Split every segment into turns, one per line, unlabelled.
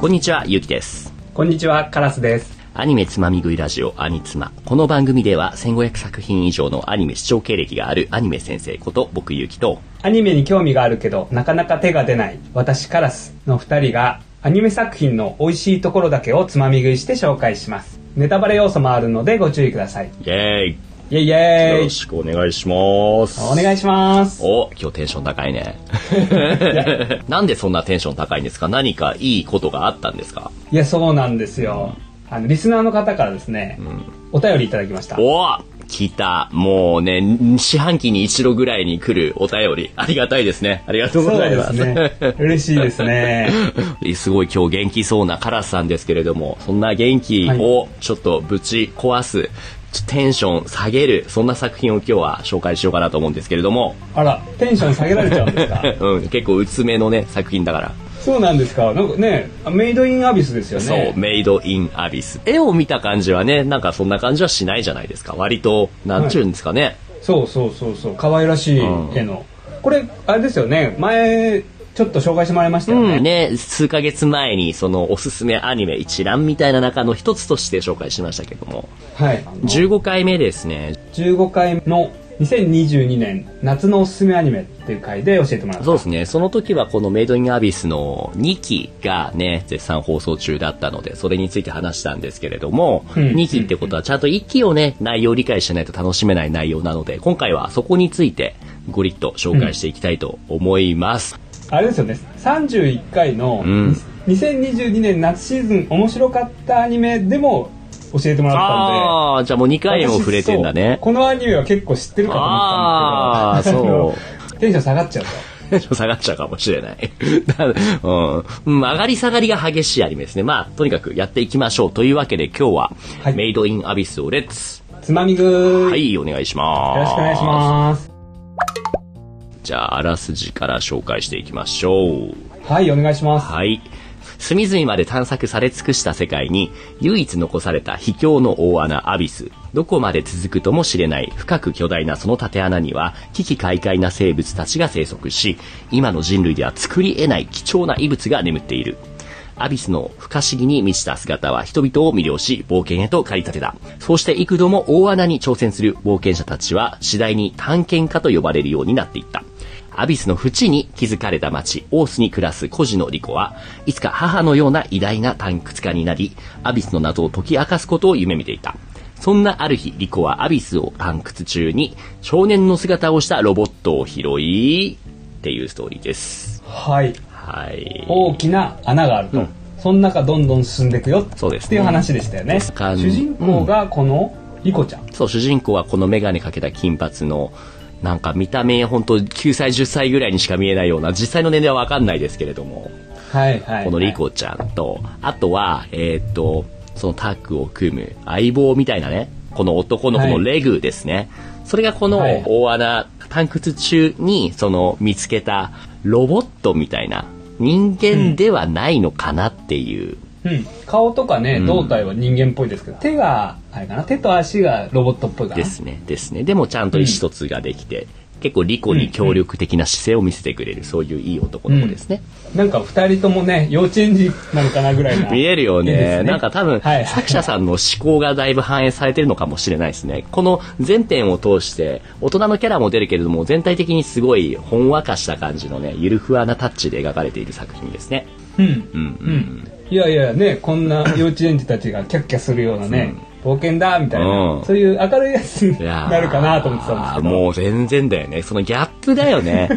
こんにちは、ゆうきです。
こんにちは、カラスです。
アニメつまみ食いラジオ、アニツマ。この番組では1500作品以上のアニメ視聴経歴があるアニメ先生こと僕ゆうきと、
アニメに興味があるけど、なかなか手が出ない、私カラスの二人が、アニメ作品の美味しいところだけをつまみ食いして紹介します。ネタバレ要素もあるのでご注意ください。
イェーイ、
イェイイェ
よ
イ
ろしくお願いします。
お願いします。
お、今日テンション高いね。 なんでそんなテンション高いんですか何かいいことがあったんですか
いや、そうなんですよ。あの、リスナーの方からですね、お便りいただきました。
お来た。もうね、四半期に一度ぐらいに来るお便り。ありがたいですね。ありがとうご
そう
ざい
で
ますす。
ね。嬉しいですね。
すごい今日元気そうなカラスさんですけれども、そんな元気をちょっとぶち壊す、ちょテンション下げる、そんな作品を今日は紹介しようかなと思うんですけれども、
あら、テンション下げられちゃうんですか
うん、結構薄めのね、作品だから。
そうなんですか。なんかね、メイドインアビスですよね。
そう、メイドインアビス。絵を見た感じはね、なんかそんな感じはしないじゃないですか。割と、なんちゅうんですかね。
そうそうそうそう可愛らしい絵の、これあれですよね前ちょっと紹介してもらいましたよね、
うん、ね、数ヶ月前にそのおすすめアニメ一覧みたいな中の一つとして紹介しましたけども、
はい
15回目ですね。
15回の2022年夏のおすすめアニメっていう回で教えてもらった
そうですね。その時はこのメイドインアビスの2期がね、絶賛放送中だったので、それについて話したんですけれども、
うん
2期ってことはちゃんと1期をね、内容を理解しないと楽しめない内容なので、今回はそこについてゴリッと紹介していきたいと思います。
あれですよね31回の、
うん
2022年夏シーズン面白かったアニメでも教えてもらったんで
ああ、じゃあもう2回も触れてんだ
私そう
ね。
このアニメは結構知ってるかと思ったんですけど
あー
あの テンション下がっちゃうと
下がっちゃうかもしれない。 だうん。うん上がり下がりが激しいアニメですね。まあ、とにかくやっていきましょう。というわけで今日は、
はい
メイドインアビスをレッツ。
つまみ食い、
は
よ
い、お願いします。
ろしくお願いします
じゃあ、あらすじから紹介していきましょう。
はいお願いします
はい。隅々まで探索され尽くした世界に、唯一残された秘境の大穴アビス。どこまで続くとも知れない深く巨大なその縦穴には、危機快快な生物たちが生息し、今の人類では作り得ない貴重な遺物が眠っている。アビスの不可思議に満ちた姿は人々を魅了し、冒険へと駆り立てた。そうして幾度も大穴に挑戦する冒険者たちは、次第に探検家と呼ばれるようになっていった。アビスの淵に築かれた町、オースに暮らす孤児のリコは、いつか母のような偉大な探掘家になり、アビスの謎を解き明かすことを夢見ていた。そんなある日、リコはアビスを探掘中に、少年の姿をしたロボットを拾い、っていうストーリーです。
はい
はい。
大きな穴があると、その中どんどん進んでいくよ
そうですね
っていう話でしたよね
かん
主人公がこのリコちゃん、
そう、主人公はこのメガネかけた金髪の、なんか見た目本当9歳、10歳ぐらいにしか見えないような、実際の年齢はわかんないですけれども、
はいはいはい
このリコちゃんと、あとは、えーっと、そのタッグを組む相棒みたいなね、この男の子のレグですね。それがこの
はい
大穴、探掘中に、その見つけたロボットみたいな、人間ではないのかなっていう、
うん、顔とかね胴体は人間っぽいですけど、手があれかな手と足がロボットっぽいかな
ですね。ですね。でもちゃんと意思疎通ができて、結構リコに協力的な姿勢を見せてくれる、そういういい男の子ですね。
なんか二人ともね幼稚園児なのかなぐらいな
見えるよね
いいです
なんか多分、
はい
作者さんの思考がだいぶ反映されてるのかもしれないですね。この全編を通して、大人のキャラも出るけれども、全体的にすごいほんわかした感じのね、ゆるふわなタッチで描かれている作品ですね。
うんうんいやいやねこんな幼稚園児たちがキャッキャするようなね、冒険だみたいな、
うん
そういう明るいやつに
いやー
なるかなと思ってたんですけど
もう全然だよね。そのギャップだよ ね。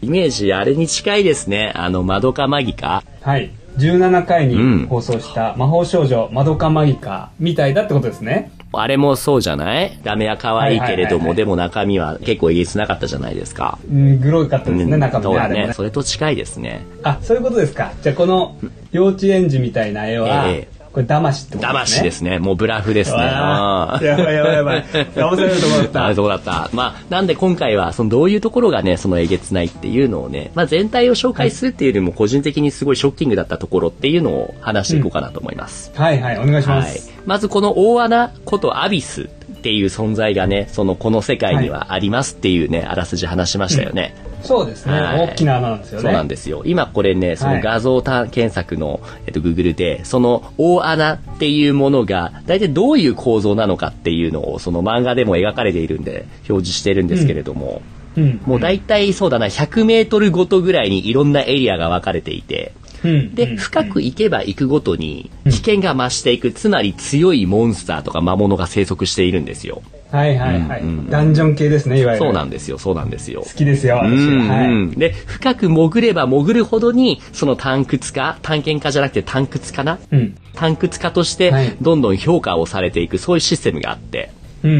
イメージ、あれに近いですね。あの、マドカマギカ。
はい。17回
うん
に放送した魔法少女マドカマギカみたいだってことですね。
あれもそうじゃないダメは可愛いけれども、
はいはいはいはい
でも中身は結構えげつなかったじゃないですか。
うん、グロかったですね、中身
そう
ね、
だ
あれも
ね。
ね。
それと近いですね。
あ、そういうことですか。じゃあこの幼稚園児みたいな絵は
ええ、
これ騙しってこと
騙
です
し
ね。
ですね。もうブラフですね。
わ
あ
あやばいやばいやばい。騙されると思っ た。
あそうだった。まあ、なんで今回は、そのどういうところがね、そのえげつないっていうのをね、まあ全体を紹介するっていうよりも、個人的にすごいショッキングだったところっていうの を話していこうかなと思います。
はいはい、お願いしま
はい
す。。
まずこの大穴ことアビスっていう存在がね、その、この世界にはありますっていうね、あらすじ話しましたよね。
そうですね、
はい
大きな穴なんですよね
そうなんですよ。今これね、そ
は
の
い
画像た検索の、えっと、Google で、その大穴っていうものが、大体どういう構造なのかっていうのを、その漫画でも描かれているんで、表示してるんですけれども、
うん
もう大体そうだな、100メートルごとぐらいにいろんなエリアが分かれていて、
うん
で、深く行けば行くごとに、危険が増していく、つまり強いモンスターとか魔物が生息しているんですよ。
はいはいはい、
うんうん
ダンジョン系ですねいわゆる
そう
好
なんですよ、そうなんですよ。
きですよ私
うん
は
う
い
んで、深く潜れば潜るほどに、その探掘家、探検家じゃなくて探掘家な、
うん
探掘家として
はい、
どんどん評価をされていく、そういうシステムがあって。
うんう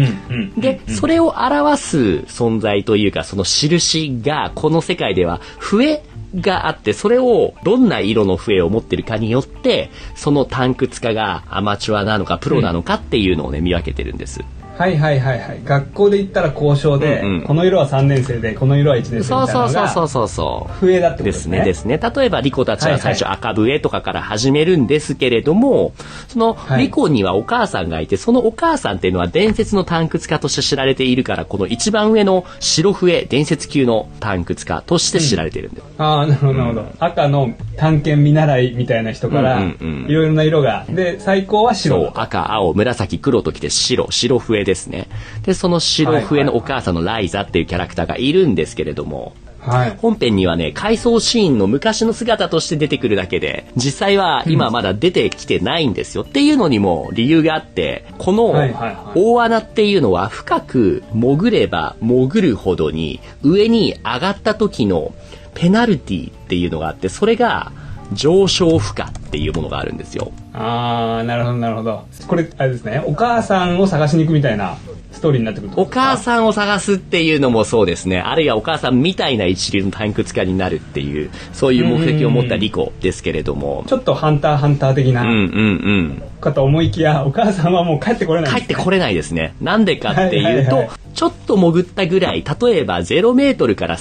んうん
で、それを表す存在というか、その印が、この世界では、笛があって、それを、どんな色の笛を持ってるかによって、その探掘家がアマチュアなのか、プロなのかっていうのをね、見分けてるんです。
はいはいはいはい学校で行ったら交渉で、
うんうん
この色は3年生でこの色は1年生みたい
そう
なの
そ
が
うそうそうそうそう。
笛だってこと
で
ですす
ね、
ね
ですね。例えば、リコたちは最初赤笛とかから始めるんですけれども、その、
はい
リコにはお母さんがいて、そのお母さんっていうのは伝説の探掘家として知られているから、この一番上の白笛、伝説級の探掘家として知られているんだよ。
ああなるほどなるほど、赤の探検見習いみたいな人から
うんうんうん
いろいろな色がで最高は白
そう、赤、青、紫、黒ときて白、白笛ですね。で、その白笛のお母さんのライザっていうキャラクターがいるんですけれども、
はい
本編にはね、回想シーンの昔の姿として出てくるだけで、実際は今まだ出てきてないんですよ。っていうのにも理由があって、この
はいはいはい
大穴っていうのは深く潜れば潜るほどに、上に上がった時のペナルティっていうのがあって、それが上昇負荷っていうものがあるんですよ。
ああなるほどなるほどこれあれですねお母さんを探しに行くみたいなストーリーになってくるってこ
お
とですか
母さんを探すっていうのもそうですね。あるいはお母さんみたいな一流の探掘家になるっていう、そういう目的を持ったリコですけれども。
ちょっとハンターハンター的
うん
な
うんうん。
かと思いきや、お母さんはもう帰ってこれないん
帰
で
っ
す
てこれないですね。なんでかっていうと、
はいはいは
ちょっと潜ったぐらい、例えば0メートルから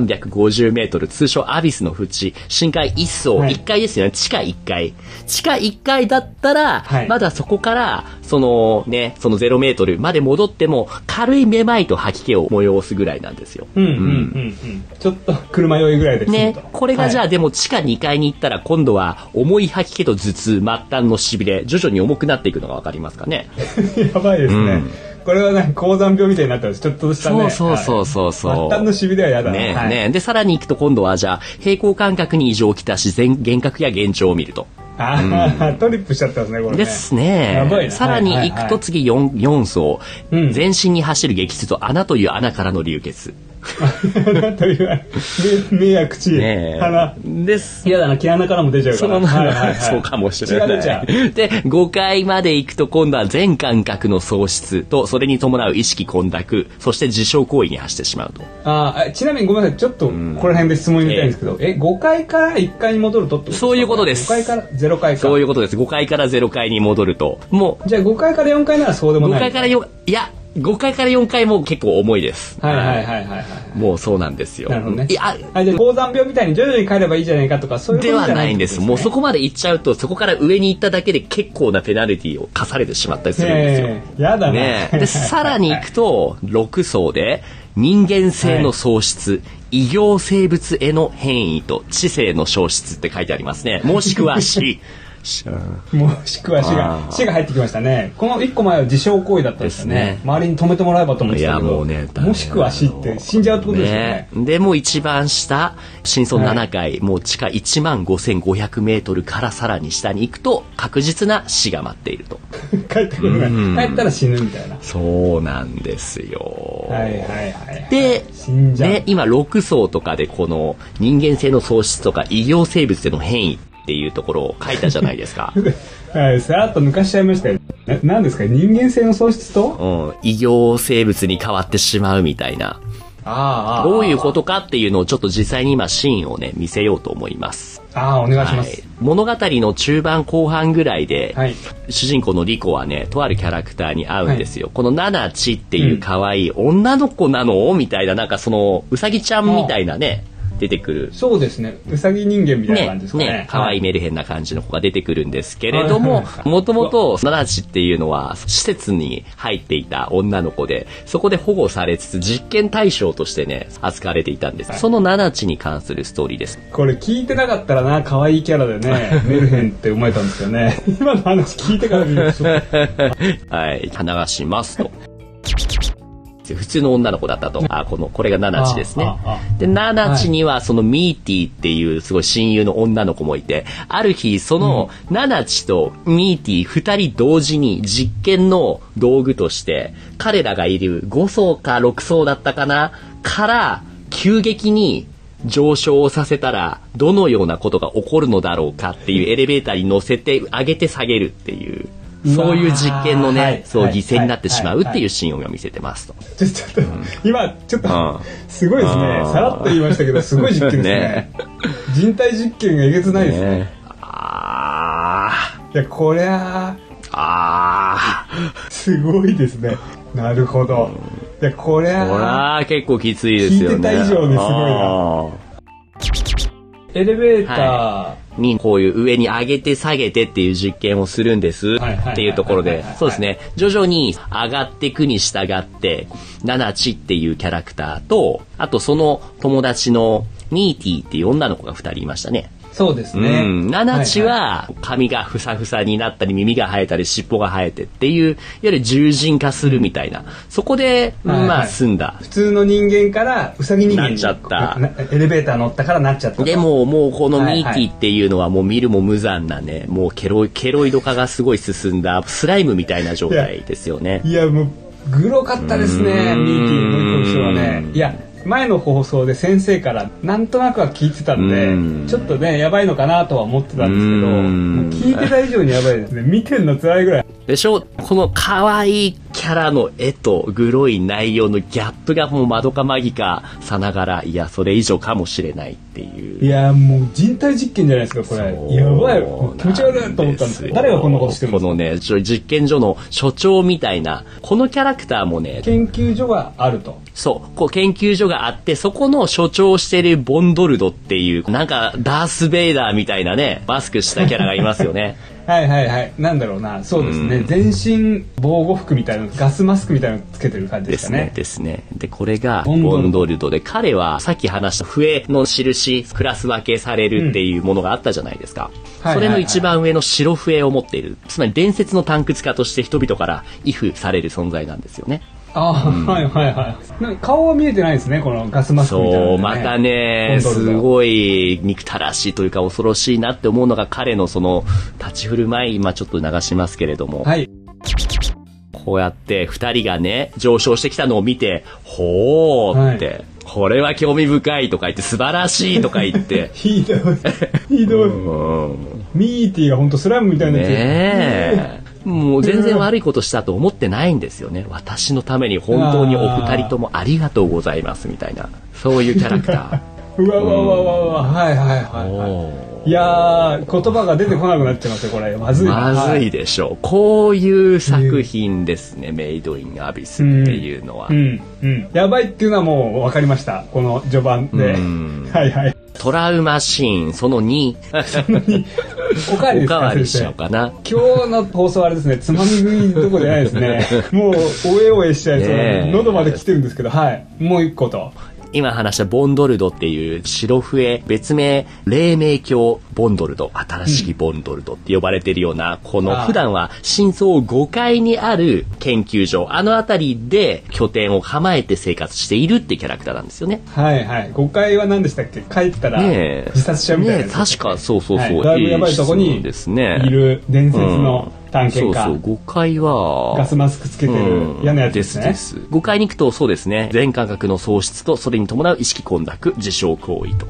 1350メートル、通称アビスの淵、深海1層、
はい
1階ですよね、地下1階。地下1階だったら、
はい
まだそこから、そのね、その0メートルまで戻っても、軽いめまいと吐き気を催すぐらいなんですよ。
うんうんうんうん。ちょっと車酔いぐらいで済む
ね
と。、
これがじゃあ、
はい
でも地下2階に行ったら今度は重い吐き気と頭痛、末端の痺れ、徐々に重くなっていくのがわかりますかね。
やばいです
う
ね
ん。
これはなんか高山病みたいになったんです。ちょっとしたね。
そうそうそうそうそう
はい末端の痺れはやだな。
ねえ、
はい
ねえ。で、さらに行くと今度は、じゃあ、平行感覚に異常をきたし、全幻覚や幻聴を見ると。
あートリップしちゃったんですね、これね。
ですね。
やばいな
さらに行くと次 4, 4層、
うん
全身に走る激痛と穴という穴からの流血。
なん というわ目目や口、
ねえ
鼻。
です。
嫌だな、毛穴からも出ちゃうか
その
ら。
まま、
はいはいはい
そうかもしれ
血が出ちゃ
な
う。
い。で、5階まで行くと今度は全感覚の喪失と、それに伴う意識混濁、そして自傷行為に走ってしまうと。
あーあちなみにごめんなさい、ちょっとここら辺で質問みたいんですけど、え、5階から1階に戻るとってことですか
そういうことです
5階から0階か。
そういうことです。5階から0階に戻ると。もう、
じゃあ5階から4階ならそうでも
5
ない。
回から4、いや、5回から4回も結構重いです。
はいはいはいはいはい。
もうそうなんですよ。
なるほどね。
いや、
あじゃあ高山病みたいに徐々に帰ればいいじゃないかとか、そういうこ
で
と
は
じゃ
な
ない
いんです。もうそこまで行っちゃうと、そこから上に行っただけで結構なペナルティを課されてしまったりするんですよ。
ねえやだな。
ねえ。で、さらに行
は
くと、6層で、人間性の喪失、異形生物への変異と知性の消失って書いてありますね。もしくは 死。し
いもしくは死
あ
が、
ー
死が入ってきましたね。この1個前は自傷行為だったんですよ
です
ね
ね。
周りに止めてもらえばと思ってた
いや
け
も
ど、
うねだね
もしくは死って死んじゃうってことですよね。
で、もう一番下、深層7階、もう地下1万5500メートルからさらに下に行くと、確実な死が待っていると。
帰ってくるない。帰ったら死ぬみたいな。
そうなんですよ。
はいはいはい。
で、
死んじゃう
で、今6層とかでこの人間性の喪失とか異形生物での変異っていうところを書いたじゃないです か。
はい、さらっと抜かしちゃいましたよ。ななんですか人間性の喪失と
うん、異形生物に変わってしまうみたいな。
あ
どういうことかっていうのをちょっと実際に今シーンをね、見せようと思います。
ああ、お願いしま
は
す。
い、物語の中盤後半ぐらいで、
はい
主人公のリコはねとあるキャラクターに会うんですよ、このナナチっていう可愛い女の子なのみたいななんかそのうさぎちゃんみたいなね出てくる
そうですね。うさぎ人間みたいな感じですかね。
ね、可愛い
ね。
メルヘンな感じの子が出てくるんですけれども
はいはい、はい
もともと、ナナチっていうのは、施設に入っていた女の子で、そこで保護されつつ、実験対象としてね、扱われていたんです。
はい
そのナナチに関するストーリーです。
これ聞いてなかったらな、可愛いキャラ でね、メルヘンって思えたんですよね。今の話聞いてから見ると、
はい、花がしますと。普通の女の子だったと。あ、この、これがナナチですね
ああ。
で、ナナチにはそのミーティーっていうすごい親友の女の子もいて、ある日、そのナナチとミーティー二人同時に実験の道具として、彼らがいる5層か6層だったかな、から急激に上昇をさせたら、どのようなことが起こるのだろうかっていうエレベーターに乗せて上げて下げるっていう。そういう実験の
うわーは
ね
い、
そう、
はい
犠牲になってしまうっていうシーンを見せてますと。
ちょちょっと、今、ちょっ
うん
と、すごいですね
う。ん
さらっと言いましたけど、すごい実験です
ね
ね。人体実験がえげつないですね。
ねあ
いや、こりゃ
ー、あ
あ、すごいですね。なるほど。いや、こり
ー、これ
ゃあ、
は結構きついですよね。
聞いてた以上にすごいな
あー
エレベーター、
はにこういう上に上げて下げてっていう実験をするんです
はいはい
っていうところ
はい
で
はいはい、
そうですね、徐々に上がっていくに従って、ナナチっていうキャラクターと、あとその友達のミーティーっていう女の子が二人いましたね。
そうです
う
ね。
ん。ナナチは髪がふさふさになったり耳が生えたり尻尾が生えてっていう、いわゆる獣人化するみたいな。そこで、
はいはい
まあ済んだ。
普通の人間からウサギ人間に
なっちゃった
なエレベーター乗ったからなっちゃった
でももうこのミー
は
テ
い
ィっ
はい
ていうのはもう見るも無残なね、もうケロイケロイド化がすごい進んだスライムみたいな状態ですよね。
いやもうグロかったですね
うーん
ミーティングの人はねいや前の放送で先生からなんとなくは聞いてたん
うーん
でちょっとねやばいのかなとは思ってたんですけど
うーん
もう聞いてた以上にやばい ですね見てんの辛いぐらい
でしょこの可愛いキャラの絵とグロい内容のギャップがもう窓かマギかさながら、いや、それ以上かもしれないっていう
い。やもう人体実験じゃないですかこれやばいもう気持ち悪いと思ったんです
よ
よ誰がこんなことしてるんで
こ
すか
のね、ちょ実験所の所長みたいな、このキャラクターもね、
研究所があると
そう、こう研究所があって、そこの所長をしてるボンドルドっていう、なんかダース・ベイダーみたいなね、マスクしたキャラがいますよね。
はいはいはいなんだろうなそうですね全身防護服みたいなガスマスクみたいなのつけてる感じ で
で
し
す
た
ね
ね。
ですね。で、これが、ボ
ボンドルド
ンドルドで、彼は、さっき話した笛の印、クラス分けされるっていうものがあったじゃないですか。
はいはいはい
それの一番上の白笛を持っている。つまり、伝説の探掘家として人々から、畏怖される存在なんですよね。
ああ、はいはいはいなんか顔は見えてないですねこのガスマスクみたいなの
そ
ね
う、またね、
ボンドル
す
ド
ごい憎たらしいというか恐ろしいなって思うのが彼のその立ち振る舞い、今ちょっと流しますけれども、
はい
こうやって二人がね、上昇してきたのを見て、ほーって、
は
これは興味深いとか言って、素晴らしいとか言って、
ひどいひど
う
い、
ん、
ミーティーが本当スライムみたいなやつ、
ねえ。もう全然悪いことしたと思ってないんですよね。私のために本当にお二人ともありがとうございますみたいな、そういうキャラクタ
うわうわうわうわうわはいはい
ー。
はいはい
おー
いやー言葉が出てこなくなっちゃいますよこれまずいな
まず
はい
でしょう。こういう作品ですね、メイドインアビスっていうのは
う。んうんやばいっていうのはもう分かりましたこの序盤で
うん
はいはい
トラウマシーンその2、
おかわ
お
りで
か
すか
わり
先
しちゃおう
生
かな。
今日の放送はあれですねつまみ食いどころじゃないですね もうおえおえしちゃいそうなんで
ねえ
喉まで来てるんですけどはいもう一個と
今話したボンドルドっていう白笛、別名、黎明教ボンドルド、新しきボンドルドって呼ばれてるような、この
ああ
普段は深層5階にある研究所、あの辺りで拠点を構えて生活しているってキャラクターなんですよね。
はいはい誤解は何でしたっけ帰ったら
ねえ
自殺しちゃうみたいなや
ね
つ
え確かそうそうそう
はいだいぶやばいとこ
いい
に
ですね
いる伝説の探検家、
うんそうそう5階は
ガスマスクつけてる
うん
嫌なやつですね、
ですです5階に行くとそうですね全感覚の喪失とそれに伴う意識混濁自傷行為と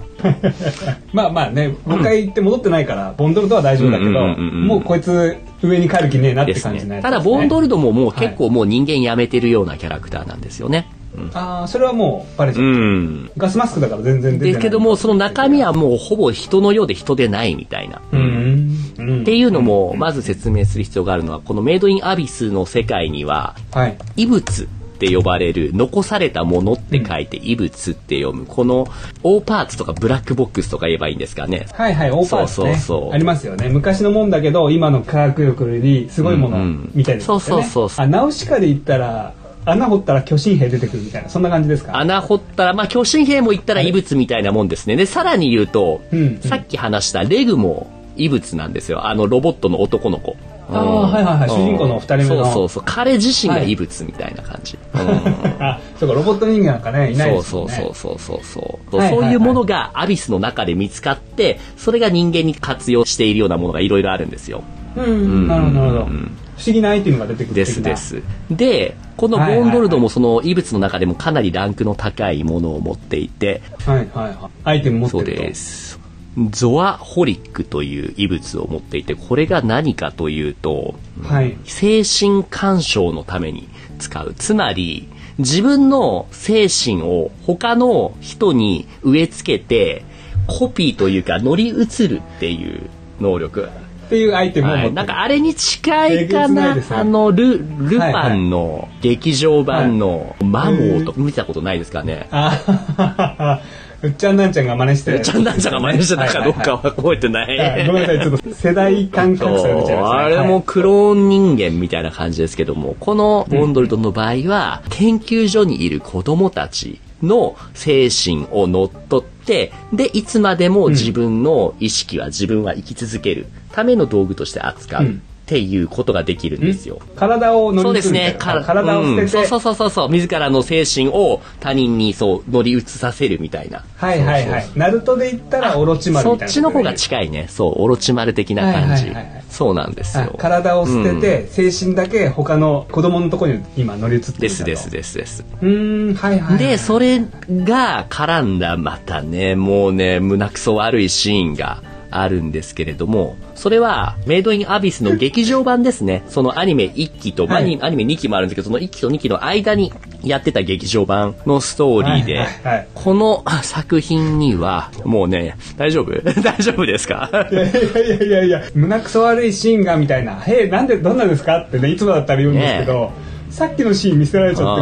まあまあね5回行って戻ってないからボンドルドは大丈夫だけど、
うんうんうんうん
もうこいつ上に帰る気ねえなって
です
感じのや
ね
つ
ただボンドルドももう結構もう人間やめてるようなキャラクターなんですよね
ああそれはもうバレちゃ
う
う、
ん
ガスマスクだから全然出てない
ですけどもその中身はもうほぼ人のようで人でないみたいな
うん、うん、
っていうのもまず説明する必要があるのはこのメイドインアビスの世界には
はい
異物っって呼ばれる、残されたものって書いて異物って読む、この、オーパーツとかブラックボックスとか言えばいいんですかね。
はいはい、オーパーツ、
そう
ね、
そうそう
ありますよね。昔のもんだけど、今の科学力よりすごいも
うんう
の
ん
みたいですよね。
そうそうそうそう
あ、ナウシカで言ったら、穴掘ったら巨神兵出てくるみたいな、そんな感じですか
穴掘ったら、まあ、巨神兵も言ったら異物みたいなもんですね。で、さらに言うと、
うん
さっき話したレグも異物なんですよ。あの、ロボットの男の子。
あーはいはいはい
うん
主人公の二人目の
そうそうそう。彼自身が異物みたいな感じ。うん
あ、そうか、ロボット人間なんか ね、いない
そ
で
う
す
そ
よ
う
ね。
そうそうそうそう、
はいはいはい
そういうものがアビスの中で見つかってそれが人間に活用しているようなものがいろいろあるんですよ
う。うん、なるほど、なるほど。
う
不
ん
思議なアイテムが出てくる
です
的な
ですでこのボーンドルドもその異物の中でもかなりランクの高いものを持っていて
はいはいはい。アイテム持って
そう
ると。
ですゾアホリックという異物を持っていてこれが何かというと
はい。
精神干渉のために使う。つまり、自分の精神を他の人に植え付けて、コピーというか乗り移るっていう能力。
っていうアイテムを持って
はい、
る。
なんかあれに近い
えげ
か
つな
な、
いですね
あのル、ルパンの劇場版のマモーとか見たことないですかね。
あははははうっちゃんなんちゃんが真似してる
ちゃんなんちゃんが真似してたかどうかは覚えてない。
はいごめんなさい、ちょっと世代間
そ
格差が出ちゃいま
う
した、ね。
あれ
は
も
い
クローン人間みたいな感じですけども、このボンドルトンの場合は、研究所にいる子供たちの精神を乗っ取って、で、いつまでも自分の意識は自分は生き続けるための道具として扱うっていうことができるんですよ。
体を乗
そう
り
です
移るみたい
ね。
な
から
体を捨てて、
うんそうそうそうそうそう。自らの精神を他人にそう乗り移させるみたいな。
はいはい
そう
は
そう
い
そう。
ナルトで言ったらオロチマル
そ
み
った
いな。
ちの方が近いね。そう、オロチマル的な感じ。
はいはいはいはい
そうなんです
あ
よ。
体を捨てて、精神だけ他の子供のところに今乗り移ってるんだと
ですですですです。
うーんはいはいはい
で、それが絡んだまたね、もうね、胸くそ悪いシーンがあるんですけれども、それはメイドインアビスの劇場版ですね。そのアニメ1期と、まあ
はい
アニメ2期もあるんですけど、その1期と2期の間にやってた劇場版のストーリーで、
はいはいはい
この作品には、もうね、大丈夫 大丈夫ですか
いやいやいやいやいや胸くそ悪いシーンがみたいな「へえなんでどんなですか?」ってねいつもだったら言うんですけど、さっきのシーン見せられちゃ
あ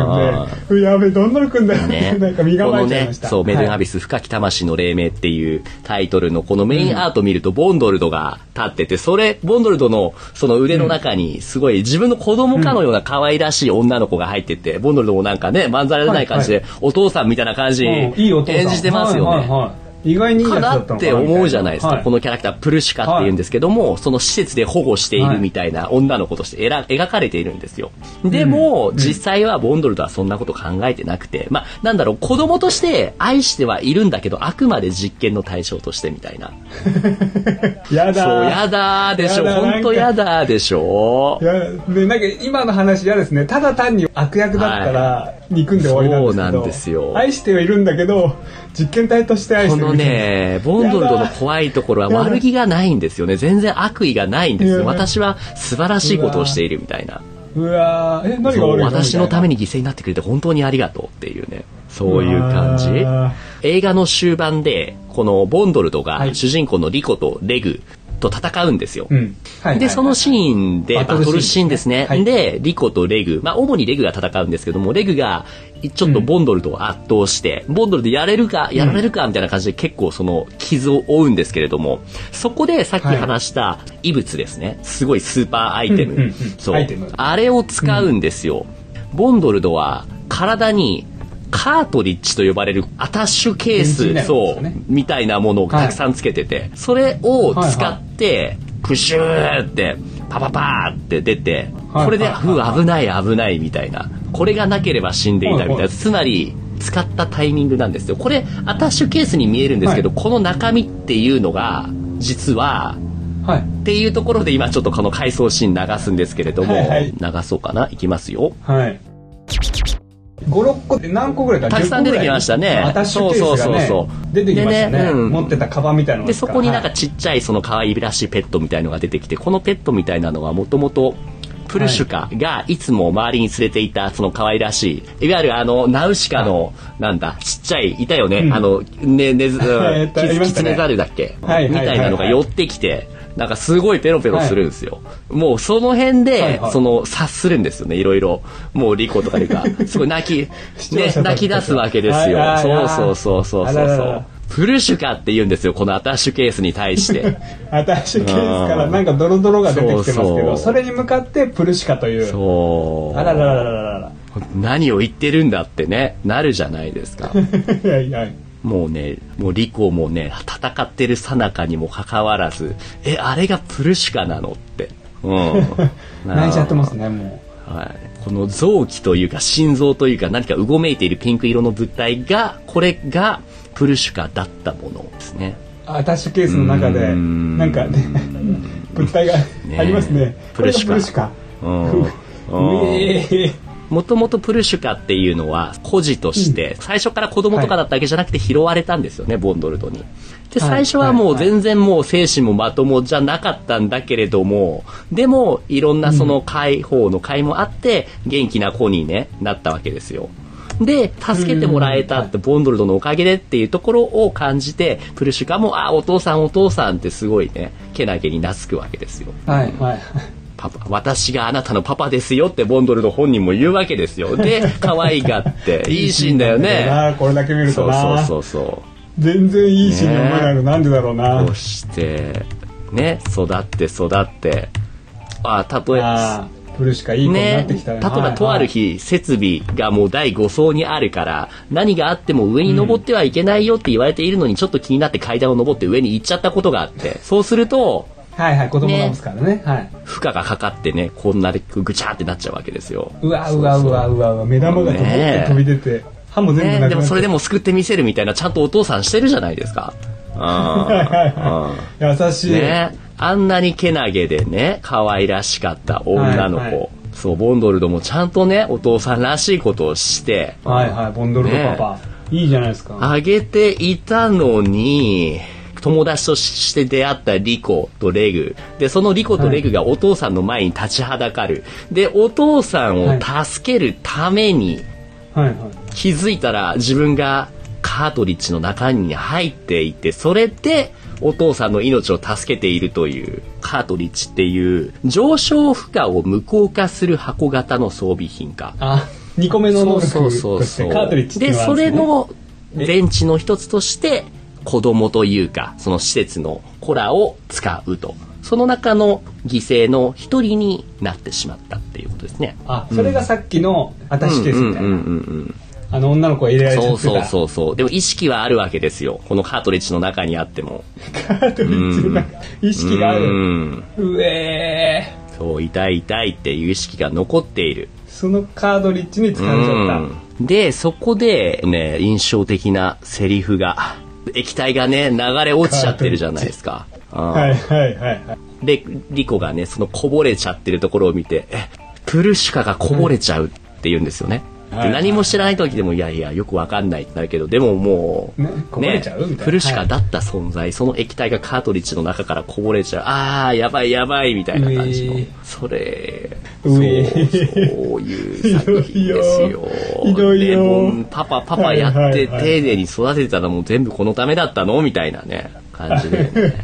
ってるんで「やべえどんなのくんだよ」、
ね
なんか身構えちゃいました、
このね、そう、メドゥン・
は
ア
い
ビス、深き魂の黎明っていうタイトルのこのメインアート見ると、ボンドルドが立ってて、それ、ボンドルドのその腕の中に、すごい自分の子供かのような可愛らしい女の子が入ってて、ボンドルドもなんかね、まんざらでない感じで、お父さんみたいな感じ
うんいいお
に
父さん
演じてますよね。
はいはいはい意外にいいや
か
つだ
な
った
っ
のか
て思うじゃないですか。
みた
このキャラクター、プルシカって言うんですけども、その施設で保護しているみたいな女の子としてえら描かれているんですよ。でも、実際はボンドルドはそんなこと考えてなくて、まあ、なんだろう、子供として愛してはいるんだけど、あくまで実験の対象としてみたいな。
はいやだー
そう、やだーでしょ。
やだなんか
ほんとやだーでしょ
い。やね、なんか今の話嫌ですねただ単に悪役だったら憎んで終わりなんです
そ
けど、
うなんですよ
愛してはいるんだけど実験体として愛し
こ
てる
のね、ボンドルドの怖いところは
やだ
悪気がないんですよね。全然悪意がないんです
や
よ。
だ
私は素晴らしいことをしているみたいな。
うわーえ何が
そう
悪い
私のため
に
に犠牲になってくれて本当にありがとうっていうねそういう感じ
うわ
映画の終盤でこのボンドルド
は
が
い
主人公のリコとレグと戦うんですよ、
うんはいはいはい
で、そのシーンで、
バ
バ
ト
ト
ルシーン
ルシーンですね。
はい
で、リコとレグ、まあ、主にレグが戦うんですけども、レグが、ちょっとボンドルと圧倒して、ボンドルでやれるか、やられるか、みたいな感じで結構その傷を負うんですけれども、そこでさっき話した異物ですね。すごいスーパーアイテム。
うんうんうん
そう
アイテム
あれを使うんですよ。ボンドルドは体にカートリッジと呼ばれるアタッシュケー
電池に
ス、
なるんです
そ
よ
う
ね、
みたいなものをたくさんつけてて、それを使って、プシューって、パパパーって出て、
はい
これで、
はいはいう
わ危ない危ないみたいな。これがなければ死んでいたみたいな。
はいはい
つまり、使ったタイミングなんですよ。これ、アタッシュケースに見えるんですけど、
は
この中身っていうのが、実は、
はい
っていうところで今ちょっとこの回想シーン流すんですけれども、
はいはい
流そうかな。いきますよ。
はい56個って何個ぐらいか
たくさん
10個
出
ぐらい
てきましたね
アタッシュケースが、ね、
そうそうそうそう
出てきましたね
でねうん
持ってたカバンみたいなの
で、そこになん
は
か
い
ちっちゃいその可愛らしいペットみたいのが出てきて、このペットみたいなのはもともと、プルシュカがいつも周りに連れていたその可愛らしい、いわゆるあの、ナウシカの、なんだ、ちっちゃい、いたよね、あの、ね、ねず、
えっとありま
キ
した
ツ
ね
ネザルだっけ、
はいはいは
み
いはい
たいなのが寄ってきて、なんかすごいペロペロするんですよ。もうその辺で、
はいはい
その察するんですよね、いろいろ。もうリコとかいうか、すごい泣 き、
視聴者
ね
さん、
泣き出すわけで
は
す
い
よ
は。い
そ
は
う
い
そうそうそう
あ
そ
ら
う
ら
そ
ら
う。プルシュカって言うんですよ、このアタッシュケースに対して。
アタッシュケースからなんかドロドロが出てきてますけど
そう
そ
そう
れに向かってプルシカという
そう。
あらららららら
何を言ってるんだってね、なるじゃないですか。
らいやいや
もうね、もうリコもね、戦ってる最中にもかかわらず、え、あれがプルシュカなのって。うん。
泣いちゃってますねも
はい、この臓器というか心臓というか何かうごめいているピンク色の物体がこれがプルシュカだったものですね。
うアタッシュケースの中
うー
で
ん
な んかね物体が
ね
ありますね
プルシカ
これがプルシカ
うん
うえー
もともとプルシュカっていうのは孤児として、最初から子供とかだったわけじゃなくて拾われたんですよね、ボンドルドに。で、
はい
最初はもう
はいはい
全然もう精神もまともじゃなかったんだけれども、でもいろんなその解放の解もあって、元気な子に、ね、なったわけですよ。で、助けてもらえたって、ボンドルドのおかげでっていうところを感じて、プルシュカも、あ、お父さんお父さんってすごいね、けなげに懐くわけですよ。
はいはい
パパ私があなたのパパですよってボンドルの本人も言うわけです よで可愛がっていいシーンだよね
なこれだけ見る
そ
と
う
な
そうそうそ
全然いいシーンに思えないのなんでだろう
う
な
こうしてね育って育ってあたとえ
あープルシカいい子にな
ね、
って
例
きた
え
ね
ばとある日、設備がもう第5層にあるから、何があっても上に登ってはいけないよって言われているのに、ちょっと気になって階段を登って上に行っちゃったことがあって、そうすると、
はいはいはい子供なんですからねはい
負荷がかかってね、こんなでぐちゃーってなっちゃうわけですよ。
うわうわうわうわうわ目玉がドボッと飛び出て歯も全部なくな
ね、
っ
で
ちゃ
も
う
それでも救ってみせるみたいなちゃんとお父さんしてるじゃないですか。あ
優しい、
ね、あんなにけなげでね可愛らしかった女の子、
はいはい
そうボンドルドもちゃんとねお父さんらしいことをして
はいはいボンドルドパパ、いいじゃないですか
あげていたのに友達として出会ったリコとレグでそのリコとレグがお父さんの前に立ちはだかる、でお父さんを助けるために、
はいはい
気づいたら自分がカートリッジの中に入っていてそれでお父さんの命を助けているというカートリッジっていう上昇負荷を無効化する箱型の装備品か
あ二2個目の能力としてカートリッジってい
で
うのがある
そ
んで
れ
すね
の電池の一つとして子供というかその施設のコラを使うとその中の犠牲の一人になってしまったっていうことですね
あそれがさっきのアタッシュケースみたいな、
うんうんうんうん
あの女の子が入れられちゃって
そ
た
うそうそうそう。でも意識はあるわけですよ。このカートリッジの中にあっても。
カートリッジの中意識があ
う
る
ん。
うえー
そう、痛い痛いっていう意識が残っている。
そのカートリッジに使っちゃった、
うんで、そこで、ね、印象的なセリフが、液体がね、流れ落ちちゃってるじゃないですか。うん
はいはいはいはい
で、リコがね、そのこぼれちゃってるところを見て、え、プルシュカがこぼれちゃうって言うんですよね。
はい
で何も知らない時でも、いやいや、よくわかんないってなるけど、でももう、
ねこぼれちゃうみたいな
プルシュカだった存在、その液体がカートリッジの中からこぼれちゃう。あー、やばいやばい、みたいな感じの。
うえー
それ、そう、そう
うえー
いう作品ですよ。
ひどいよひどいよ
でもパパ、パパやって、
はいはいはい
丁寧に育ててたのも全部このためだったのみたいなね、感じで、 ね。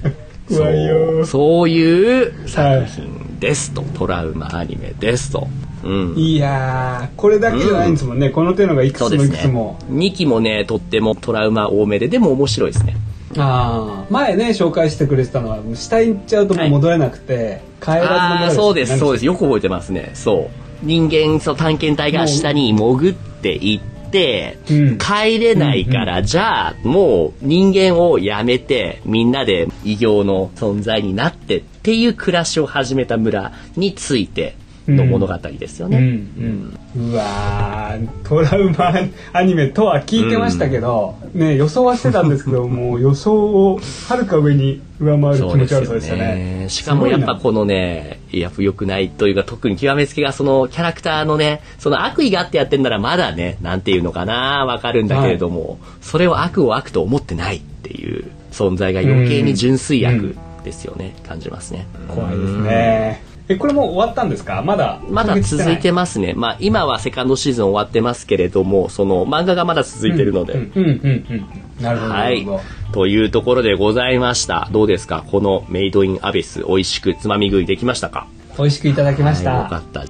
うわ
そ
よ
うそういう作品ですと、トラウマアニメですと、うん、
いやーこれだけじゃないんですもんね、この手のがいく
そうで
つも
す
いく
ね
つも、
2期もねとってもトラウマ多めででも面白いですね
ああ前ね紹介してくれてたのは下行っちゃうともう戻れなくて、帰らず
ああ
の
ーそうですそう
う
ですよく覚えてますねそう人間そう探検隊が下に潜っていって
うん
帰れないから、じゃあもう人間をやめてみんなで異形の存在になってっていう暮らしを始めた村についての物語ですよね、
うんうん、うわートラウマアニメとは聞いてましたけど、ね、予想はしてたんですけ どもう予想をはるか上に上回る
そ
気
うで
持ち
すよ
悪さでしたね
ね。しかもやっぱこのね、いや、良くないというか、特に極めつけがそのキャラクターのね、その悪意があってやってんならまだね、なんていうのかな、わかるんだけれども、それを悪を悪と思ってないっていう存在が余計に純粋悪ですよね、感じますね。
すごいな怖いですねえこれもう終わったんですかまだ
まだ続いてますね。まあ今はセカンドシーズン終わってますけれども、その漫画がまだ続いてるので、
うんうんうんうんなるほど、
はい
なるほど。
というところでございました。どうですかこのメイドインアビス、美味しくつまみ食いできましたか
美味しくいただきまし
はいよ
た。
かった。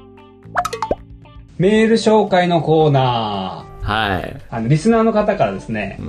メール紹介のコーナー。
はい。
あの、リスナーの方からですね、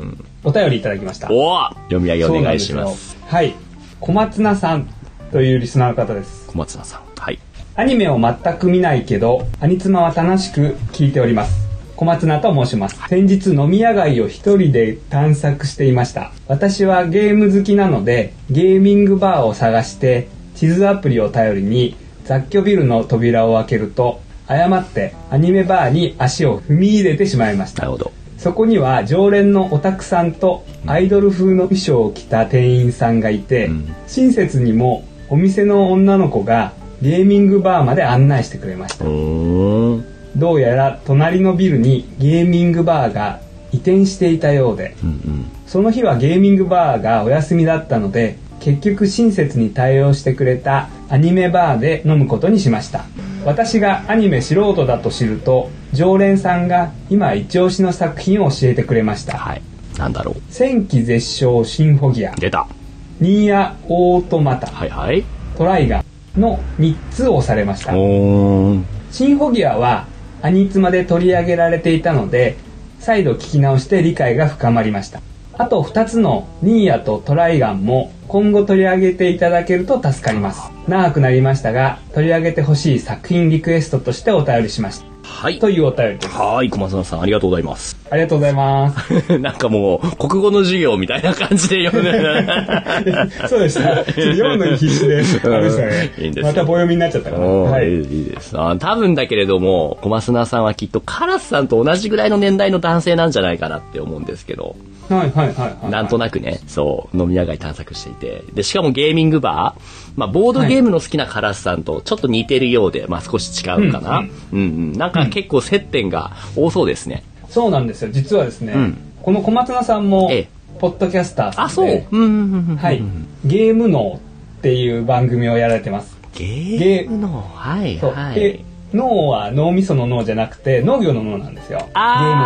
お便りいただきました。
おお読み上げ
そう
お
なん
願
で
いし
よ
ます。
はい。小松菜さんというリスナーの方です。
小松菜さん。はい。
アニメを全く見ないけど、アニツマは楽しく聞いております。小松菜と申します。先日飲み屋街を一人で探索していました。私はゲーム好きなので、ゲーミングバーを探して、地図アプリを頼りに雑居ビルの扉を開けると、誤ってアニメバーに足を踏み入れてしまいました
な。るほど。
そこには常連のオタクさんとアイドル風の衣装を着た店員さんがいて、
うん
親切にもお店の女の子がゲーミングバーまで案内してくれました
うーん。
どうやら隣のビルにゲーミングバーが移転していたようで
うんうん。
その日はゲーミングバーがお休みだったので結局親切に対応してくれたアニメバーで飲むことにしました私がアニメ素人だと知ると常連さんが今一押しの作品を教えてくれました
はい。なんだろう。
「戦記絶唱シンフォギア」
出た。
「ニーヤ・オートマタ
はいはい。」
「トライガ」の3つをされました
おーん。
シンフォギアはアニツマで取り上げられていたので再度聞き直して理解が深まりましたあと2つのニーヤとトライガンも今後取り上げていただけると助かります長くなりましたが取り上げてほしい作品リクエストとしてお便りしました
はい。
というお便りです
はーい、小松菜さん、ありがとうございます。
ありがとうございます
なんかもう、国語の授業みたいな感じで読むね。
そうでしたちょっと読むのに必死であれでしたね
うんいいんですよ
また棒読みになっちゃったから
お
は
ー
い
いいですあ多分だけれども、小松菜さんはきっとカラスさんと同じぐらいの年代の男性なんじゃないかなって思うんですけど、
はいはいはいはい
なんとなくね、そう、飲み屋街探索していて。で、しかもゲーミングバー、まあ、ボードゲームの好きなカラスさんとちょっと似てるようで、まあ、少し違うかな。うんうん。なんか結構接点が多そうですね。
そうなんですよ実はですね、
うん
この小松菜さんも
ええ
ポッドキャスターさんで
あ、そう。うんうんうんうん。
はい。ゲーム脳っていう番組をやられてます。
ゲームの、はい、
そう。
は
で
い。、
脳は脳みその脳じゃなくて、農業の脳なんですよ。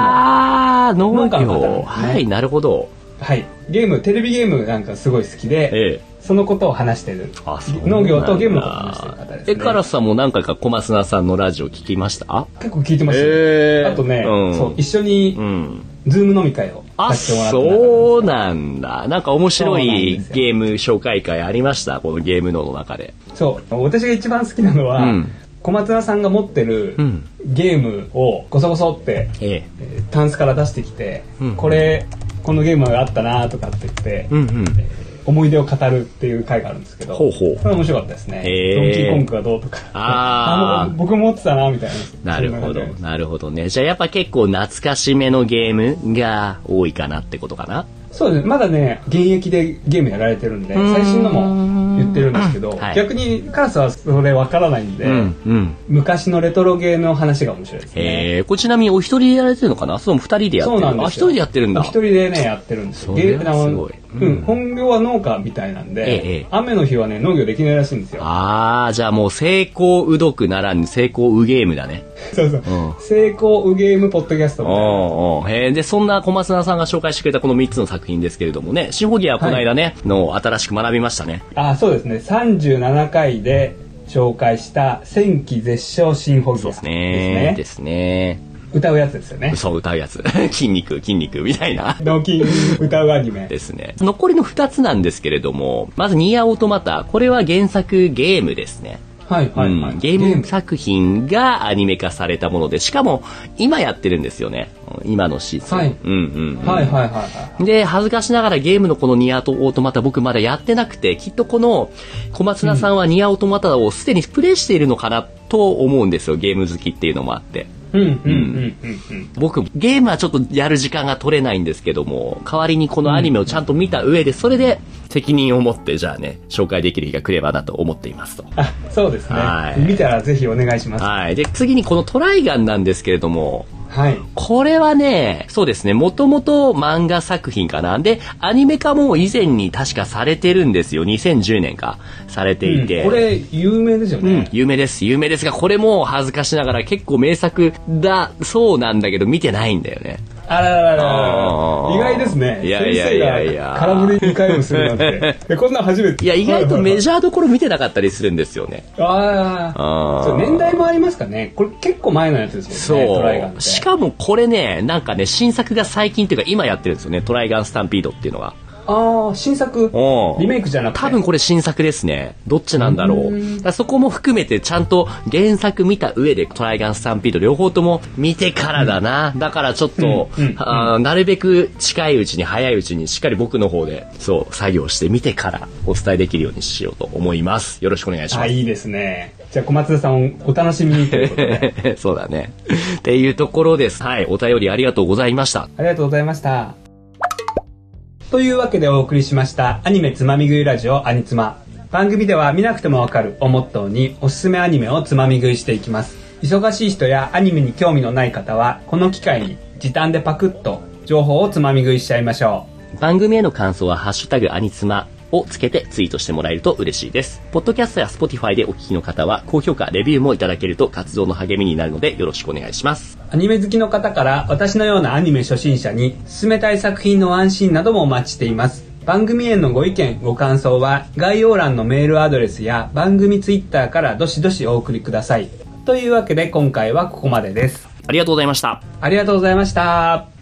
ああ、農
農家の方なんで
業。
すね
はい、なるほど。
ゲーム脳。はい。ゲーム、テレビゲームなんかすごい好きで、
ええ。
そのことを話してる。
あそうなんだ
農業とゲームのことを話してる方です、ね。
え、カラスさんも何回か小松菜さんのラジオ聞きました
結構聞いてましたよ、
ええ
あとね、
うん
そう、一緒に
う、ん。
ズーム飲み会を
あ、
させてもらってた中で
そうなんだ。なんか面白
そうなん
い
ですよ
ゲーム紹介会ありましたこのゲーム脳の中で。
そう。私が一番好きなのは、
うん
小松菜さんが持ってる
うん
ゲームをゴソゴソって
え
えータンスから出してきて、
うん
これこのゲームがあったなとかって言って、
え。うんうん。
思い出を語るっていう回があるんですけど
ほうほう
これ面白かったですね、
へー
ドンキーコングがどうとか
あー
の 僕も持ってたなみたいな
なるほど
そんな感。じ
なるほどね。じゃあやっぱ結構懐かしめのゲームが多いかなってことかな
そうですまだね現役でゲームやられてるんで
ーん
最新のも言ってるんですけど、
はい
逆にカラスはそれわからないんで、
うんうん。
昔のレトロゲーの話が面白いですね
ええ、これちなみにお一人でやられてるのかなその二人でやって
そ
る
うなんです
の
よ
あ、一人でやってるんだ。
一人でねやってるんです
それは
ゲーム
すごい
うん
うん
本業は農家みたいなんで、
ええ
雨の日はね農業できないらしいんですよ
ああ、じゃあもう成功うどくならぬ成功うゲームだね。
そうそう、
うん
成功うゲームポッドキャストみたいな
おうおうへーで、そんな小松菜さんが紹介してくれたこの3つの作品ですけれどもね、シンフォギアはこの間ね、の新しく学びましたね。
あそうですね37回で紹介した「戦記絶唱シンフォギア」
そうですす
で
ね
ね。
ですね。
歌うやつですよね
嘘を歌うやつ。 筋肉、筋肉、みたいな。
同期歌うアニメ
ですね。残りの2つなんですけれども、まずニーアオートマタ。これは原作ゲームですね。
はいはいはい、
うんゲーム作品がアニメ化されたもので、しかも今やってるんですよね。今のシーズン。
はい
うんうんうん。
はいはいはいは
で、恥ずかしながらゲームのこのニアとオートマタ僕まだやってなくて、きっとこの小松菜さんはニアオートマタをすでにプレイしているのかなと思うんですよ、ゲーム好きっていうのもあって。
いうんうんうんうんうん
僕、ゲームはちょっとやる時間が取れないんですけども、代わりにこのアニメをちゃんと見た上で、それで責任を持って、じゃあね、紹介できる日が来ればなと思っていますと。
あそうですね
はい
見たらぜひお願いします
はい。で、次にこのトライガンなんですけれども、
はい
これはね、そうですね、もともと漫画作品かな。で、アニメ化も以前に確かされてるんですよ。2010年か、されていて。
うんこれ有名ですよね、
うん有名です。有名ですが、これも恥ずかしながら結構名作だ、そうなんだけど、見てないんだよね。
あらららら
あー
意外ですね。
いや
先
いやいやい
生
や
が空振り2回もするな んて。えこんなん初めて。
いや、意外とメ
ジ
ジャーどころ見てなかったりするんですよね。
あ
あー
あ。そう年代もありますかね。これ結構前のやつですもんね。トライガンっ
そ
て
う。しかもこれね、なんかね、新作が最近っていうか今やってるんですよね。トライガンスタンピードっていうのが。
ああ、新作
うん。
リメイクじゃなくて。
多分これ新作ですね。どっちなんだろう。だからそこも含めてちゃんと原作見た上でトライガンスタンピード両方とも見てからだな。だからちょっと、
うんうん
あーなるべく近いうちに早いうちにしっかり僕の方でそう作業して見てからお伝えできるようにしようと思います。よろしくお願いします
あ、。いいですね。じゃあ小松田さんおお楽しみにということで。
そうだね。 っていうところです。はい。お便りありがとうございました。
ありがとうございました。というわけでお送りしましたアニメつまみ食いラジオアニツマ。番組では見なくてもわかるをモットーにおすすめアニメをつまみ食いしていきます。忙しい人やアニメに興味のない方はこの機会に時短でパクッと情報をつまみ食いしちゃいましょう。
番組への感想は、ハッシュタグアニツマをつけてツイートしてもらえると嬉しいです。ポッドキャストや Spotify でお聞きの方は、高評価、レビューもいただけると活動の励みになるので、よろしくお願いします。
アニメ好きの方から私のようなアニメ初心者に進めたい作品のワンシーンなどもお待ちしています。番組へのご意見、ご感想は概要欄のメールアドレスや番組ツイッターからどしどしお送りください。というわけで今回はここまでです。
ありがとうございました。
ありがとうございました。